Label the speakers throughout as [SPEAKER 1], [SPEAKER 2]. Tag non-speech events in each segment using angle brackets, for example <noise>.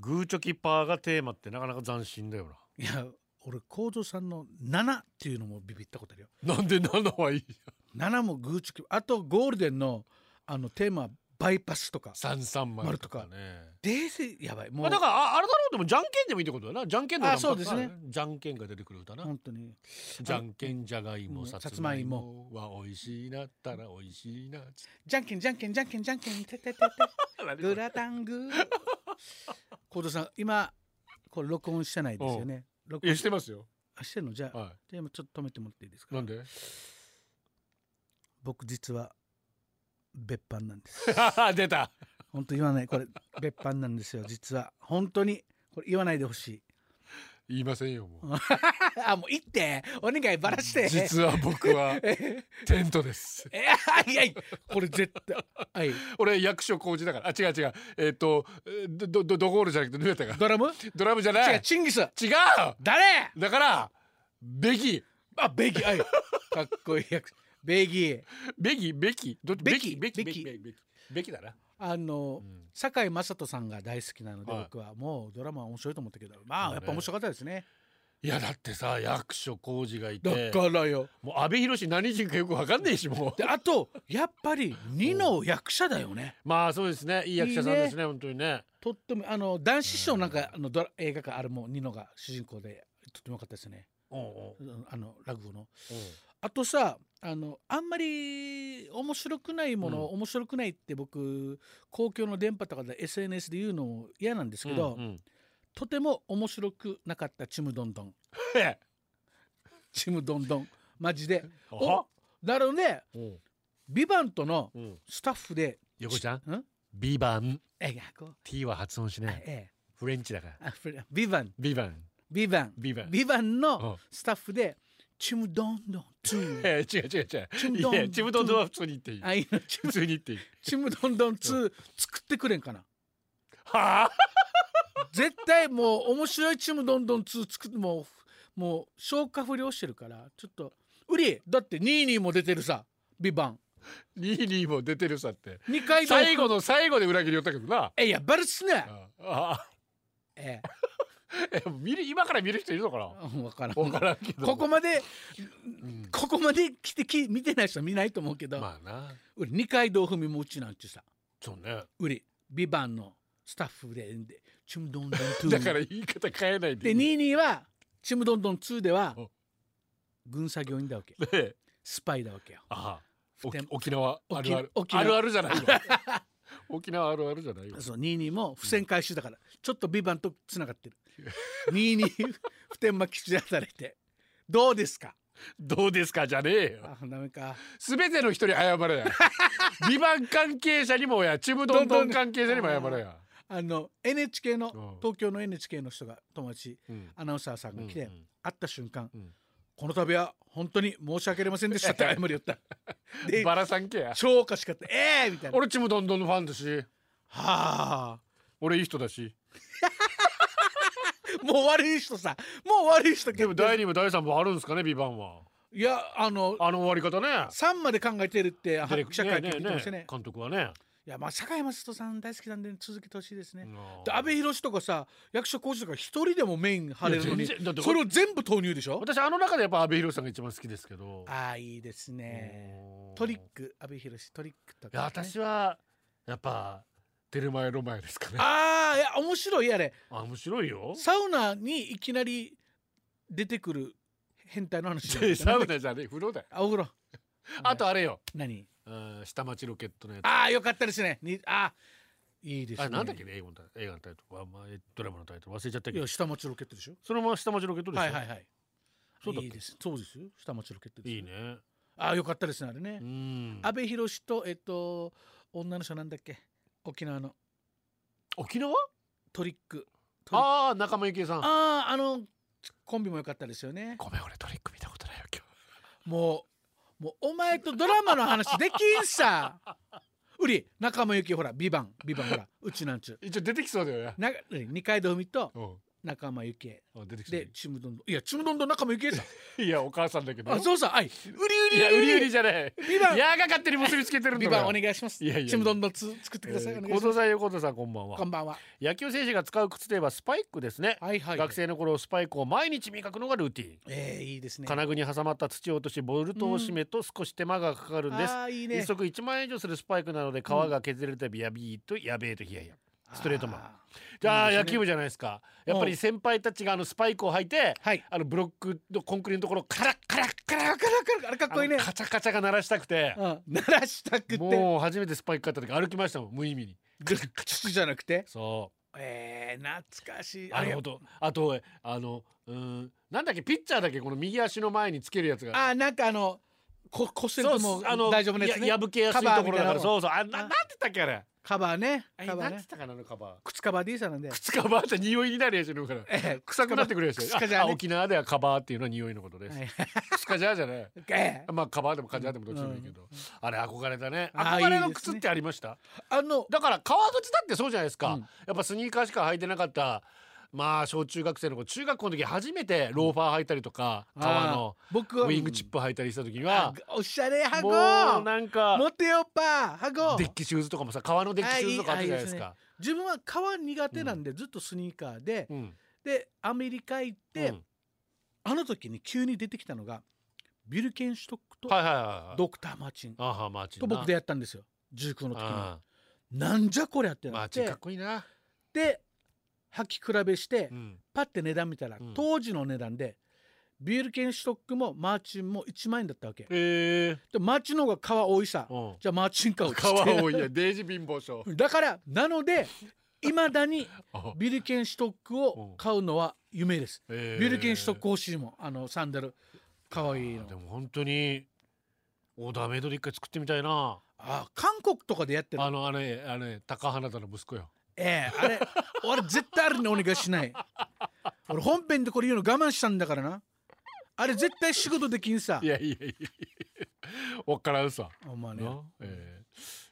[SPEAKER 1] グーチョキパーがテーマってなかなか斬新だよ
[SPEAKER 2] いや俺幸三さんの7っていうのもビビったことあるよ
[SPEAKER 1] ななんで7はいい
[SPEAKER 2] 7もグーチョキあとゴールデンのあのテーマバイパスとか
[SPEAKER 1] 三三丸
[SPEAKER 2] 丸
[SPEAKER 1] と
[SPEAKER 2] と
[SPEAKER 1] か
[SPEAKER 2] か
[SPEAKER 1] ね
[SPEAKER 2] 冷静やばいも
[SPEAKER 1] ま
[SPEAKER 2] う
[SPEAKER 1] あだからああれだろうでもじゃんけんでもいいってことだなじゃんけんの
[SPEAKER 2] あそうですね
[SPEAKER 1] じゃんけんが出てくる歌な、
[SPEAKER 2] 本当に
[SPEAKER 1] じゃんけんじゃがいも
[SPEAKER 2] うん
[SPEAKER 1] さ
[SPEAKER 2] さ
[SPEAKER 1] つ
[SPEAKER 2] つ
[SPEAKER 1] ま
[SPEAKER 2] ま
[SPEAKER 1] い
[SPEAKER 2] い
[SPEAKER 1] も
[SPEAKER 2] も
[SPEAKER 1] は美味しいなったら美味しいなつっ
[SPEAKER 2] じゃんけんじゃんけんじゃんけんじゃんけん
[SPEAKER 1] <laughs>
[SPEAKER 2] てててて
[SPEAKER 1] て
[SPEAKER 2] グラタングー幸三さん今これ録音してないですよね録
[SPEAKER 1] いや
[SPEAKER 2] 音
[SPEAKER 1] してますよ
[SPEAKER 2] あしてるのじゃあ
[SPEAKER 1] は
[SPEAKER 2] じゃあ今ちょっと止めてもらっていいです
[SPEAKER 1] い
[SPEAKER 2] か
[SPEAKER 1] なんで
[SPEAKER 2] 僕実は別班なんです
[SPEAKER 1] <laughs> 出た
[SPEAKER 2] 本当言わないこれ別班なんですよ実は本当にこれ言わないでほしい
[SPEAKER 1] 言いませんよもう
[SPEAKER 2] <laughs> あもう言ってお願いバラして
[SPEAKER 1] 実は僕は
[SPEAKER 2] <laughs> え
[SPEAKER 1] テントです
[SPEAKER 2] えはいはいこれ絶対はい
[SPEAKER 1] 俺役所工事だからあ違う違うえっ、とえーどどドゴールじゃなくてどうやったか
[SPEAKER 2] ドラム
[SPEAKER 1] ドラムじゃない
[SPEAKER 2] 違
[SPEAKER 1] 違
[SPEAKER 2] うチンギス
[SPEAKER 1] う
[SPEAKER 2] 誰
[SPEAKER 1] だからベギ
[SPEAKER 2] あベギはいかっこいい役ベギ
[SPEAKER 1] ベギベキどっち
[SPEAKER 2] ベキ
[SPEAKER 1] ベキベ
[SPEAKER 2] ベ
[SPEAKER 1] キ
[SPEAKER 2] キ
[SPEAKER 1] ベキベキベキだな、
[SPEAKER 2] あの
[SPEAKER 1] うん
[SPEAKER 2] 堺雅人さんが大好きなので
[SPEAKER 1] はい
[SPEAKER 2] 僕はもうドラマは面白いと思ったけどま
[SPEAKER 1] まあ
[SPEAKER 2] あ
[SPEAKER 1] ね
[SPEAKER 2] やっぱ面白かったですね
[SPEAKER 1] いやだってさ役所工事がい
[SPEAKER 2] だ
[SPEAKER 1] て
[SPEAKER 2] からよ
[SPEAKER 1] もう阿部寛何人かよくわかんねえし <laughs> もう
[SPEAKER 2] であとやっぱり二の役者だよね
[SPEAKER 1] まあそうですねいい役者さん
[SPEAKER 2] いいね
[SPEAKER 1] ですね本当にね
[SPEAKER 2] とってもあの男子師匠なんかあのドラ映画があるもんニノが主人公でとってもよかったですね
[SPEAKER 1] うんうん
[SPEAKER 2] うんあの落語のあとさあのあんまり面白くないもの、面白くないって僕公共の電波とかで SNS で言うのも嫌なんですけど、
[SPEAKER 1] うんうん
[SPEAKER 2] とても面白くなかった「ちむどんど <laughs> ん」「ちむどんどん」マジで
[SPEAKER 1] あは
[SPEAKER 2] おだろうね
[SPEAKER 1] うん
[SPEAKER 2] 「ビバントの
[SPEAKER 1] うん
[SPEAKER 2] スタッフで
[SPEAKER 1] 横ちゃん
[SPEAKER 2] 「うん
[SPEAKER 1] 「ビバン
[SPEAKER 2] えいやこう」
[SPEAKER 1] T は発音しない
[SPEAKER 2] ええ
[SPEAKER 1] フレンチだから
[SPEAKER 2] あふれビバン
[SPEAKER 1] 「ビバン
[SPEAKER 2] ビバン
[SPEAKER 1] ビバン
[SPEAKER 2] ビバン
[SPEAKER 1] う
[SPEAKER 2] の
[SPEAKER 1] ん
[SPEAKER 2] スタッフで「ちむどんどん2」
[SPEAKER 1] えー違う違
[SPEAKER 2] ち
[SPEAKER 1] う
[SPEAKER 2] む
[SPEAKER 1] 違
[SPEAKER 2] ど
[SPEAKER 1] うんいやちむどんどんは普通に言っていい
[SPEAKER 2] あいいのち
[SPEAKER 1] 普
[SPEAKER 2] む
[SPEAKER 1] 通に言っていい
[SPEAKER 2] ちむどんどん2作ってくれんかな
[SPEAKER 1] はあ
[SPEAKER 2] 絶対もう面白いチームどんどん2作ってもうもう消化不良してるからちょっとウリだってニーニーも出てるさ「ビバン
[SPEAKER 1] ニーニーも出てるさって
[SPEAKER 2] 二回同
[SPEAKER 1] 最後の最後で裏切りよったけどな
[SPEAKER 2] えやっぱりっすね
[SPEAKER 1] ああ
[SPEAKER 2] え
[SPEAKER 1] え見る今から見る人いるのかな
[SPEAKER 2] え分からん
[SPEAKER 1] 分からんけど
[SPEAKER 2] ここまで
[SPEAKER 1] うん
[SPEAKER 2] ここまで来てき見てない人は見ないと思うけど、
[SPEAKER 1] まあな
[SPEAKER 2] ウリ二階堂ふみもうちなんちゅうさ
[SPEAKER 1] そうね
[SPEAKER 2] ウリビバンのスタッフででチームどんどん2
[SPEAKER 1] だから言い方変えないで
[SPEAKER 2] でニーニーはチームどんどん2では
[SPEAKER 1] お
[SPEAKER 2] 軍作業員だわけ
[SPEAKER 1] で
[SPEAKER 2] スパイだわけよ
[SPEAKER 1] あお
[SPEAKER 2] 普天
[SPEAKER 1] 沖縄あるある
[SPEAKER 2] 沖
[SPEAKER 1] あ
[SPEAKER 2] 縄
[SPEAKER 1] るあるじゃないわ沖縄あるあるじゃないわ
[SPEAKER 2] そう22も付箋回収だから、ちょっとビバンとつな
[SPEAKER 1] <laughs>
[SPEAKER 2] がってる22普天間基地で働いてどうですか
[SPEAKER 1] どうですかじゃねえよ
[SPEAKER 2] あダメか
[SPEAKER 1] 全ての人に謝れや美版関係者にもやちむどんどん関係者にも謝れや
[SPEAKER 2] あの NHK
[SPEAKER 1] うん
[SPEAKER 2] の東京の NHK の人が友達
[SPEAKER 1] うん
[SPEAKER 2] アナウンサーさんが来て、
[SPEAKER 1] うんうん
[SPEAKER 2] 会った瞬間、
[SPEAKER 1] うん
[SPEAKER 2] この度は本当に申し訳ありませんでし
[SPEAKER 1] <laughs>
[SPEAKER 2] たって謝りよったで
[SPEAKER 1] バラさんけや
[SPEAKER 2] 超おかしかったええー、みたいなは
[SPEAKER 1] 俺ちむどんどんのファンだし
[SPEAKER 2] あ
[SPEAKER 1] 俺いい人だし
[SPEAKER 2] もう悪い人さもう悪い人
[SPEAKER 1] で
[SPEAKER 2] け
[SPEAKER 1] も
[SPEAKER 2] ど
[SPEAKER 1] 第二部第三部あるんですかね美版はい
[SPEAKER 2] やあの
[SPEAKER 1] あの終わり方ね
[SPEAKER 2] 3まで考えてるって
[SPEAKER 1] ディレク
[SPEAKER 2] 記者会見
[SPEAKER 1] ね
[SPEAKER 2] で
[SPEAKER 1] え
[SPEAKER 2] 言って
[SPEAKER 1] ね
[SPEAKER 2] ました
[SPEAKER 1] え
[SPEAKER 2] ね
[SPEAKER 1] ねえ監督はね
[SPEAKER 2] いやまあ堺雅人さん大好きなんで続けてほしいですね。
[SPEAKER 1] うん
[SPEAKER 2] で安倍博とかさ役所広司とか一人でもメイン張れるの
[SPEAKER 1] い
[SPEAKER 2] に
[SPEAKER 1] や全然だって
[SPEAKER 2] それを全部投入でしょ
[SPEAKER 1] 私あの中でやっぱ阿部寛さんが一番好きですけど
[SPEAKER 2] ああいいですね。
[SPEAKER 1] うん
[SPEAKER 2] トリック安倍博トリックと
[SPEAKER 1] い
[SPEAKER 2] か、
[SPEAKER 1] や
[SPEAKER 2] ね。
[SPEAKER 1] 私はやっぱテルマエロマエですかねあ
[SPEAKER 2] ああいや面白いあれ
[SPEAKER 1] 面白いよ
[SPEAKER 2] サウナにいきなり出てくる変態の話じゃない
[SPEAKER 1] サウナじゃねえ風呂だよ
[SPEAKER 2] あお風呂
[SPEAKER 1] あとあれよ
[SPEAKER 2] 何
[SPEAKER 1] うん下町ロケットのやつ
[SPEAKER 2] ああよかったですね。にあーいいです
[SPEAKER 1] あ
[SPEAKER 2] ね。
[SPEAKER 1] れなんだっけね英語のタイ映画のタイトルあまあえドラマのタイトル忘れちゃった
[SPEAKER 2] い
[SPEAKER 1] けど
[SPEAKER 2] や下町ロケットでしょ。
[SPEAKER 1] そのまま下町ロケットでしょ
[SPEAKER 2] はいはいはい。
[SPEAKER 1] そうだっけ
[SPEAKER 2] いいです。そうですよ。下町ロケットですよ。
[SPEAKER 1] いいね
[SPEAKER 2] ああよかったですねあれね
[SPEAKER 1] う。ん
[SPEAKER 2] 阿部寛とえっと女の人なんだっけ沖縄の
[SPEAKER 1] 沖縄
[SPEAKER 2] トリックトリック
[SPEAKER 1] ああ仲間由紀恵さん
[SPEAKER 2] あああのコンビも良かったですよね
[SPEAKER 1] ごめん俺トリック見たことないよ今
[SPEAKER 2] もうもうお前とドラマの話できんさうり仲間由紀恵ほら「ビバンビバンほらうちなんちゅう
[SPEAKER 1] 日一応出てきそうだよね
[SPEAKER 2] な何二階堂ふみと
[SPEAKER 1] うん
[SPEAKER 2] 仲間由紀恵
[SPEAKER 1] あ出てき
[SPEAKER 2] でちむどんどんいやちむどんどん仲間由紀恵さん
[SPEAKER 1] たいやお母さんだけど
[SPEAKER 2] あそうさんはいウ
[SPEAKER 1] い
[SPEAKER 2] リウ
[SPEAKER 1] や
[SPEAKER 2] リ
[SPEAKER 1] 売
[SPEAKER 2] ウリ
[SPEAKER 1] り
[SPEAKER 2] ウ
[SPEAKER 1] 売
[SPEAKER 2] リ
[SPEAKER 1] りじゃない
[SPEAKER 2] ビバン
[SPEAKER 1] 矢が勝手に結びつけてるんだ
[SPEAKER 2] ビ
[SPEAKER 1] か
[SPEAKER 2] バ
[SPEAKER 1] ら
[SPEAKER 2] ンお願いします
[SPEAKER 1] いやいやいや
[SPEAKER 2] ちむどんどんつ作ってください、
[SPEAKER 1] えー
[SPEAKER 2] お願い
[SPEAKER 1] 小
[SPEAKER 2] しま
[SPEAKER 1] 藤さん横田さんこんばん
[SPEAKER 2] す
[SPEAKER 1] は
[SPEAKER 2] こんばんは
[SPEAKER 1] 野球選手が使う靴といえばスパイクですね、
[SPEAKER 2] はいはい
[SPEAKER 1] 学生の頃スパイクを毎日磨くのがルーティン、
[SPEAKER 2] えー、いいですね
[SPEAKER 1] 金具に挟まった土を落としボルトを締めと少し手間がかかるんです、
[SPEAKER 2] あーいいね
[SPEAKER 1] 一足1万円以上するスパイクなので皮が削れるたびやびーとやべえとヒヤヒヤストレートマン
[SPEAKER 2] あ
[SPEAKER 1] じゃあ
[SPEAKER 2] い
[SPEAKER 1] 野
[SPEAKER 2] いですね
[SPEAKER 1] 球部じゃないですかやっぱり先輩たちがあのスパイクを履いて
[SPEAKER 2] ーはい
[SPEAKER 1] あのブロックのコンクリのところをカラッカラッカラッ
[SPEAKER 2] あかるかるあれかっこいいね
[SPEAKER 1] あのカチャカチャが鳴らしたくて
[SPEAKER 2] うん鳴らしたくて
[SPEAKER 1] もう初めてスパイク買った時歩きましたもん無意味に
[SPEAKER 2] グッカチッじゃなくて
[SPEAKER 1] そ
[SPEAKER 2] えー、懐かしいう
[SPEAKER 1] あの
[SPEAKER 2] あ
[SPEAKER 1] 音あとあのうーんなんだっけピッチャーだっけこの右足の前につけるやつが
[SPEAKER 2] あーなんかあのこ骨折
[SPEAKER 1] そう
[SPEAKER 2] でも
[SPEAKER 1] あの
[SPEAKER 2] 大丈夫なやつね
[SPEAKER 1] や破けやすいところだから
[SPEAKER 2] カバーみたいなの
[SPEAKER 1] そうそうあな
[SPEAKER 2] あ
[SPEAKER 1] なんて言ったっけあれ
[SPEAKER 2] カバーね
[SPEAKER 1] あれ
[SPEAKER 2] カ
[SPEAKER 1] な
[SPEAKER 2] バ
[SPEAKER 1] んて言
[SPEAKER 2] ーね
[SPEAKER 1] ったかなあのカバー
[SPEAKER 2] 靴カバー D さんなんで、
[SPEAKER 1] 靴カバーって匂いになるやつのから
[SPEAKER 2] えー、
[SPEAKER 1] 臭くなってくるやつ
[SPEAKER 2] 靴カジャ
[SPEAKER 1] あ
[SPEAKER 2] ーね
[SPEAKER 1] 沖縄ではカバーっていうのは匂いのことです
[SPEAKER 2] はい
[SPEAKER 1] 靴カジャーじゃない
[SPEAKER 2] えー
[SPEAKER 1] まあカバーでもカジャーでもどっちでもいいけどあれ憧れたね
[SPEAKER 2] あ
[SPEAKER 1] 憧
[SPEAKER 2] ー
[SPEAKER 1] れ
[SPEAKER 2] い
[SPEAKER 1] の
[SPEAKER 2] いです
[SPEAKER 1] 靴
[SPEAKER 2] ね
[SPEAKER 1] ってありました
[SPEAKER 2] あの
[SPEAKER 1] だから革靴だってそうじゃないですか、
[SPEAKER 2] うん
[SPEAKER 1] やっぱスニーカーしか履いてなかったまあ小中学生の頃中学校の時初めてローファー履いたりとか革の
[SPEAKER 2] あー僕は
[SPEAKER 1] ウィングチップ履いたりした時に
[SPEAKER 2] あ
[SPEAKER 1] は、
[SPEAKER 2] おしゃれ箱
[SPEAKER 1] もうなんか
[SPEAKER 2] モテよパー箱
[SPEAKER 1] デッキシューズとかもさ革のデッキシューズとかあったじゃないです
[SPEAKER 2] あ
[SPEAKER 1] か。
[SPEAKER 2] 自分は革苦手なんで、ずっとスニーカーで、
[SPEAKER 1] うん
[SPEAKER 2] でアメリカ行っ
[SPEAKER 1] う
[SPEAKER 2] て、
[SPEAKER 1] ん
[SPEAKER 2] あの時に急に出てきたのがビルケンシュトックと
[SPEAKER 1] はいはいはいはい。
[SPEAKER 2] ドクター・マーチン
[SPEAKER 1] あはマーチン
[SPEAKER 2] と
[SPEAKER 1] な。
[SPEAKER 2] 僕でやったんですよ19の時
[SPEAKER 1] あ
[SPEAKER 2] になんじゃこりゃって
[SPEAKER 1] ーマ
[SPEAKER 2] な
[SPEAKER 1] ー
[SPEAKER 2] っ
[SPEAKER 1] チン
[SPEAKER 2] て
[SPEAKER 1] かっこいいな。
[SPEAKER 2] で履き比べして、
[SPEAKER 1] うん
[SPEAKER 2] パッて値段見たら、
[SPEAKER 1] うん
[SPEAKER 2] 当時の値段でビルケンシュトックもマーチンも1万円だったわけ
[SPEAKER 1] ええ
[SPEAKER 2] でマーチンの方が革多いさ、
[SPEAKER 1] ー。
[SPEAKER 2] じゃあマーチン買おうっつって
[SPEAKER 1] 革多いやデイジ貧乏症。
[SPEAKER 2] <laughs> だからなのでいまだに
[SPEAKER 1] <laughs> あ
[SPEAKER 2] ビルケンシュトックを買うのは夢です。
[SPEAKER 1] えー
[SPEAKER 2] ビルケンシュトック欲しいもんあのサンダル可愛いの
[SPEAKER 1] で。も本当にオーダーメイドで一回作ってみたいな。
[SPEAKER 2] あ韓国とかでやってる
[SPEAKER 1] あ。のあれあれ高花田の息子よ。
[SPEAKER 2] ええあれ俺絶対あれにお願いしない。俺本編でこれ言うの我慢したんだからな。あれ絶対仕事できんさ
[SPEAKER 1] <laughs> い。やいやいやいや。わからんさ。
[SPEAKER 2] お前ね
[SPEAKER 1] な。ええ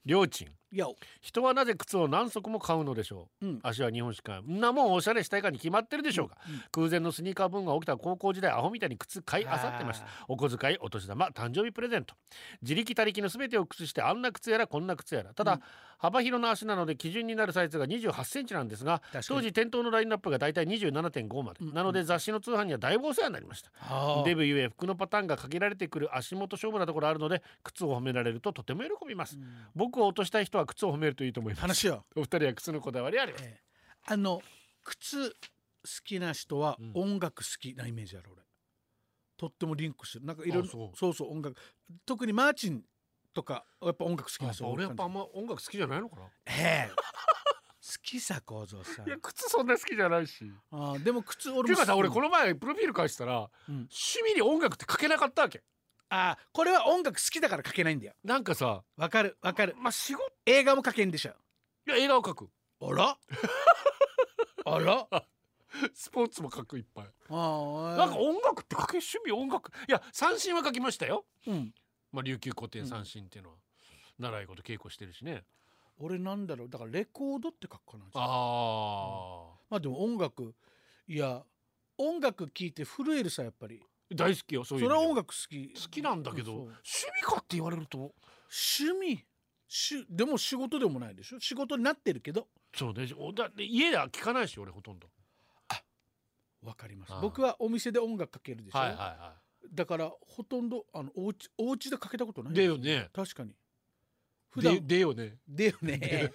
[SPEAKER 1] りょうちん。
[SPEAKER 2] いや
[SPEAKER 1] 人はなぜ靴を何足も買うのでしょう。
[SPEAKER 2] うん。
[SPEAKER 1] 足は2本しか。んなもんおしゃれしたいかに決まってるでしょうか。
[SPEAKER 2] うん
[SPEAKER 1] 空前のスニーカーブームが起きた高校時代アホみたいに靴買いあさってました
[SPEAKER 2] あー
[SPEAKER 1] お小遣いお年玉誕生日プレゼント自力他力の全てを屈してあんな靴やらこんな靴やらただ、
[SPEAKER 2] うん
[SPEAKER 1] 幅広な足なので基準になるサイズが2 8センチなんですが
[SPEAKER 2] 確か
[SPEAKER 1] 当
[SPEAKER 2] に。
[SPEAKER 1] 時店頭のラインナップが大体27.5まで、
[SPEAKER 2] うん
[SPEAKER 1] なので雑誌の通販にはだいぶお世話になりました
[SPEAKER 2] あ
[SPEAKER 1] デブゆえ服のパターンが限られてくる足元勝負なところあるので靴を褒められるととても喜びます、
[SPEAKER 2] うん
[SPEAKER 1] 僕を落としたい人は靴を褒めるといいと思います
[SPEAKER 2] 話よ。
[SPEAKER 1] お二人は靴のこだわりあります
[SPEAKER 2] ええあの靴好きな人は
[SPEAKER 1] うん
[SPEAKER 2] 音楽好きなイメージある俺とってもリンクしてるなんかいろいろ
[SPEAKER 1] あそう
[SPEAKER 2] そうそう音楽特にマーチンとかやっぱ音楽好きなんですよ
[SPEAKER 1] 俺やっぱあん
[SPEAKER 2] 俺
[SPEAKER 1] ま音楽好きじゃないのかな <laughs>
[SPEAKER 2] ええ好きさ構造さん
[SPEAKER 1] いや靴そんな好きじゃないし
[SPEAKER 2] ああでも靴
[SPEAKER 1] っ
[SPEAKER 2] 俺
[SPEAKER 1] ていうかさ俺こ
[SPEAKER 2] の、
[SPEAKER 1] の前プロフィール返したら
[SPEAKER 2] うん、
[SPEAKER 1] 趣味に音楽って書けなかったわけ
[SPEAKER 2] ああこれは音楽好きだから書けないんだよ
[SPEAKER 1] なんかさ
[SPEAKER 2] わかるわかる
[SPEAKER 1] まあ仕事
[SPEAKER 2] 映画も書けんでしょ
[SPEAKER 1] いや映画を書く <laughs>
[SPEAKER 2] あ <laughs> らあらあ
[SPEAKER 1] スポーツも書くいっぱい
[SPEAKER 2] あ
[SPEAKER 1] なんか音楽って書け趣味音楽いや三振は書きましたよ
[SPEAKER 2] うん
[SPEAKER 1] まあ琉球古典三振っていうのは、習い事稽古してるしね
[SPEAKER 2] 俺なんだろうだからレコードって書くかな
[SPEAKER 1] ああ、
[SPEAKER 2] まあでも音楽いや音楽聴いて震えるさやっぱり
[SPEAKER 1] 大好きよそ
[SPEAKER 2] そう
[SPEAKER 1] いう意
[SPEAKER 2] れ
[SPEAKER 1] 味
[SPEAKER 2] は
[SPEAKER 1] で
[SPEAKER 2] 音楽好き
[SPEAKER 1] 好きなんだけど
[SPEAKER 2] そう
[SPEAKER 1] 趣味かって言われると
[SPEAKER 2] 趣味しでも仕事でもないでしょ仕事になってるけど
[SPEAKER 1] そうねおだ家では聞かないし俺ほとんど
[SPEAKER 2] わかります
[SPEAKER 1] ああ
[SPEAKER 2] 僕はお店で音楽かけるでしょ、
[SPEAKER 1] はいはいは
[SPEAKER 2] だからほとんどあのおうちお家でかけたことないい
[SPEAKER 1] でよね
[SPEAKER 2] 確かに普
[SPEAKER 1] で
[SPEAKER 2] 段
[SPEAKER 1] でよね
[SPEAKER 2] でよね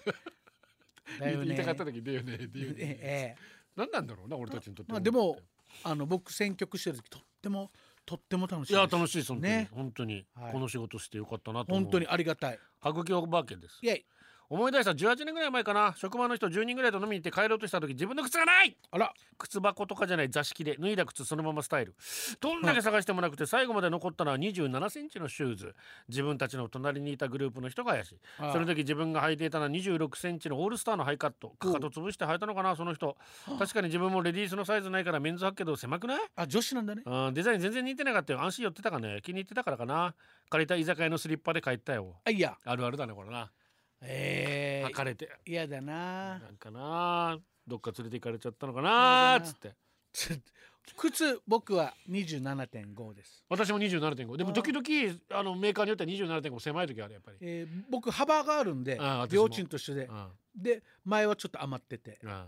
[SPEAKER 2] <laughs> だよ
[SPEAKER 1] 言
[SPEAKER 2] ね
[SPEAKER 1] いたかった時でよねでよ
[SPEAKER 2] <laughs> え
[SPEAKER 1] ね
[SPEAKER 2] え
[SPEAKER 1] 何なんだろうな俺たちにとって
[SPEAKER 2] まあでもあの僕選曲してる時とってもとっても楽しい
[SPEAKER 1] いや
[SPEAKER 2] し
[SPEAKER 1] 楽しいそのね
[SPEAKER 2] ね
[SPEAKER 1] 本当に、
[SPEAKER 2] はい
[SPEAKER 1] この仕事してよかったなと思う
[SPEAKER 2] 本当にありがたい
[SPEAKER 1] 羽生おばあけです
[SPEAKER 2] イエイ
[SPEAKER 1] 思い出した18年ぐらい前かな職場の人10人ぐらいと飲みに行って帰ろうとした時自分の靴がない
[SPEAKER 2] あら
[SPEAKER 1] 靴箱とかじゃない座敷で脱いだ靴そのままスタイルどんだけ探してもなくて最後まで残ったのは2 7センチのシューズ自分たちの隣にいたグループの人が怪しい
[SPEAKER 2] ああ
[SPEAKER 1] その時自分が履いていたのは2 6センチのオールスターのハイカットかかと潰して履いたのかなその人確かに自分もレディースのサイズないからメンズ履くけど狭くない
[SPEAKER 2] あ女子なんだね
[SPEAKER 1] うんデザイン全然似てなかったよ安心寄ってたかね気に入ってたからかな借りた居酒屋のスリッパで帰ったよ
[SPEAKER 2] あいや
[SPEAKER 1] あるあるだねこれな
[SPEAKER 2] え
[SPEAKER 1] 履かれて
[SPEAKER 2] ー、嫌だな <laughs>
[SPEAKER 1] なんかなどっか連れて行かれちゃったのかなーっつって
[SPEAKER 2] 靴僕は27.5です、
[SPEAKER 1] 私も27.5でも時々あのメーカーによっては27.5狭い時あるやっぱり、
[SPEAKER 2] えー僕幅があるんで
[SPEAKER 1] あ私も
[SPEAKER 2] 両親と一緒で
[SPEAKER 1] うん
[SPEAKER 2] で前はちょっと余ってて
[SPEAKER 1] うん、あ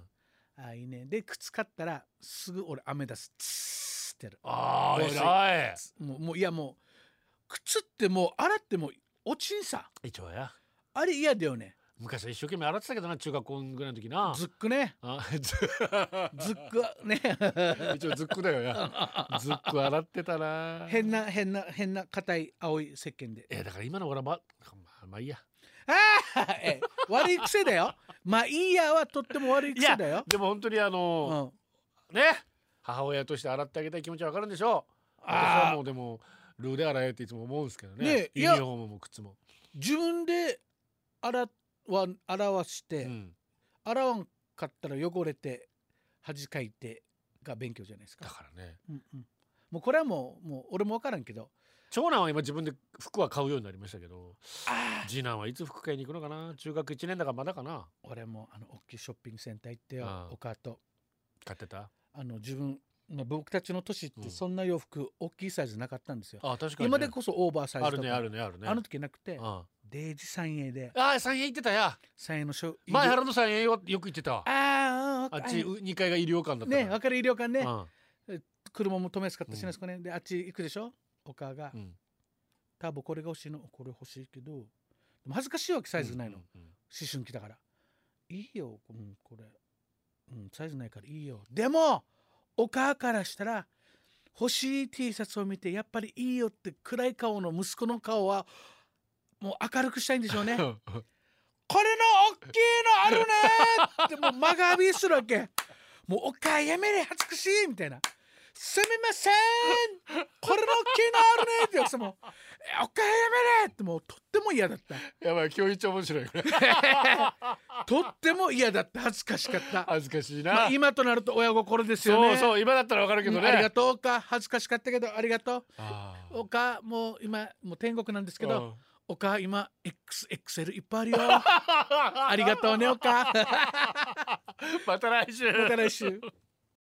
[SPEAKER 2] あーいいねで靴買ったらすぐ俺雨出すつーってやる
[SPEAKER 1] あー
[SPEAKER 2] おい
[SPEAKER 1] 偉
[SPEAKER 2] つもうもういやもう靴ってもう洗っても落ちんさ
[SPEAKER 1] い一応や
[SPEAKER 2] あれ嫌だよね
[SPEAKER 1] 昔は一生懸命洗ってたけどな中学校ぐらいの時な
[SPEAKER 2] ズックね
[SPEAKER 1] あ
[SPEAKER 2] ズックはね
[SPEAKER 1] 一応ズックだよやズック洗ってたな
[SPEAKER 2] 変な変な変な硬い青い石鹸で
[SPEAKER 1] えだから今の俺はまままあいいや
[SPEAKER 2] ああ、 <laughs> ええ悪い癖だよ。まあいいやはとっても悪い癖だよ。
[SPEAKER 1] でも本当にあ
[SPEAKER 2] う
[SPEAKER 1] の、
[SPEAKER 2] ん、
[SPEAKER 1] ね母親として洗ってあげたい気持ちはわかるんでしょう私は
[SPEAKER 2] あ
[SPEAKER 1] もうでもルーで洗えっていつも思うんですけどね
[SPEAKER 2] ねえい
[SPEAKER 1] ユニ
[SPEAKER 2] や
[SPEAKER 1] フォームも靴も、
[SPEAKER 2] 自分で洗わ洗わして、
[SPEAKER 1] うん、
[SPEAKER 2] 洗わんかったら汚れて恥かいてが勉強じゃないです
[SPEAKER 1] だ
[SPEAKER 2] か。
[SPEAKER 1] からね
[SPEAKER 2] うんうん、もうこれはもうもう俺も分からんけど。
[SPEAKER 1] 長男は今自分で服は買うようになりましたけど
[SPEAKER 2] ああ、
[SPEAKER 1] 次男はいつ服買いに行くのかな中学1年だからまだかな
[SPEAKER 2] 俺もあの大きいショッピングセンター行ってよ、
[SPEAKER 1] ああ
[SPEAKER 2] お母と
[SPEAKER 1] 買ってた
[SPEAKER 2] あの自分。まあ僕たちの年っ
[SPEAKER 1] うん
[SPEAKER 2] てそんな洋服、大きいサイズなかったんですよ。
[SPEAKER 1] あ確かにね、
[SPEAKER 2] 今でこそオーバーサイズ
[SPEAKER 1] あ
[SPEAKER 2] と
[SPEAKER 1] る
[SPEAKER 2] か
[SPEAKER 1] ねあるねあるね
[SPEAKER 2] あの時なくて、
[SPEAKER 1] うんあ
[SPEAKER 2] デイジ三栄で
[SPEAKER 1] あ三円行ってたや
[SPEAKER 2] 三栄のショ
[SPEAKER 1] 前原野さん栄よよく行ってたわ
[SPEAKER 2] あ
[SPEAKER 1] あ
[SPEAKER 2] ーあ
[SPEAKER 1] っ
[SPEAKER 2] っ
[SPEAKER 1] ち
[SPEAKER 2] ち
[SPEAKER 1] う二階が医療館だったか
[SPEAKER 2] ね
[SPEAKER 1] ら
[SPEAKER 2] 分かる医療館ね、
[SPEAKER 1] うん
[SPEAKER 2] 車も止めやすかったし
[SPEAKER 1] う
[SPEAKER 2] なんですかね、であっち行くでしょお母が、
[SPEAKER 1] うん
[SPEAKER 2] 多分これが欲しいのこれ欲しいけどでも恥ずかしいわけサイズないの、
[SPEAKER 1] うんうんうん
[SPEAKER 2] 思春期だからいいよ、うん、これ、うん、サイズないからいいよでもお母からしたら欲しい T シャツを見てやっぱりいいよって暗い顔の息子の顔はもう明るくしたいんでしょ
[SPEAKER 1] <laughs>
[SPEAKER 2] うねこれの大きいのあるねーってもう間が浴びするわけもうお母やめれ恥ずかしいみたいなすみませんこれの大きいのあるねーってお母さんもえお母やめれってもうとっても嫌だった
[SPEAKER 1] やばい今日一応面白いこ
[SPEAKER 2] <laughs>
[SPEAKER 1] れ
[SPEAKER 2] とっても嫌だった恥ずかしかった、
[SPEAKER 1] 恥ずかしいな、
[SPEAKER 2] まあ、今となると親心ですよ
[SPEAKER 1] そ
[SPEAKER 2] ね
[SPEAKER 1] うそう今だったらわかるけど
[SPEAKER 2] うん
[SPEAKER 1] ね
[SPEAKER 2] ありがとうお母恥ずかしかったけどありがとう
[SPEAKER 1] あー
[SPEAKER 2] お母もう今もう天国なんですけど、
[SPEAKER 1] うん
[SPEAKER 2] お母今 XXL いっぱいある
[SPEAKER 1] <laughs>
[SPEAKER 2] よありがとうねお母ま
[SPEAKER 1] また来週
[SPEAKER 2] た来週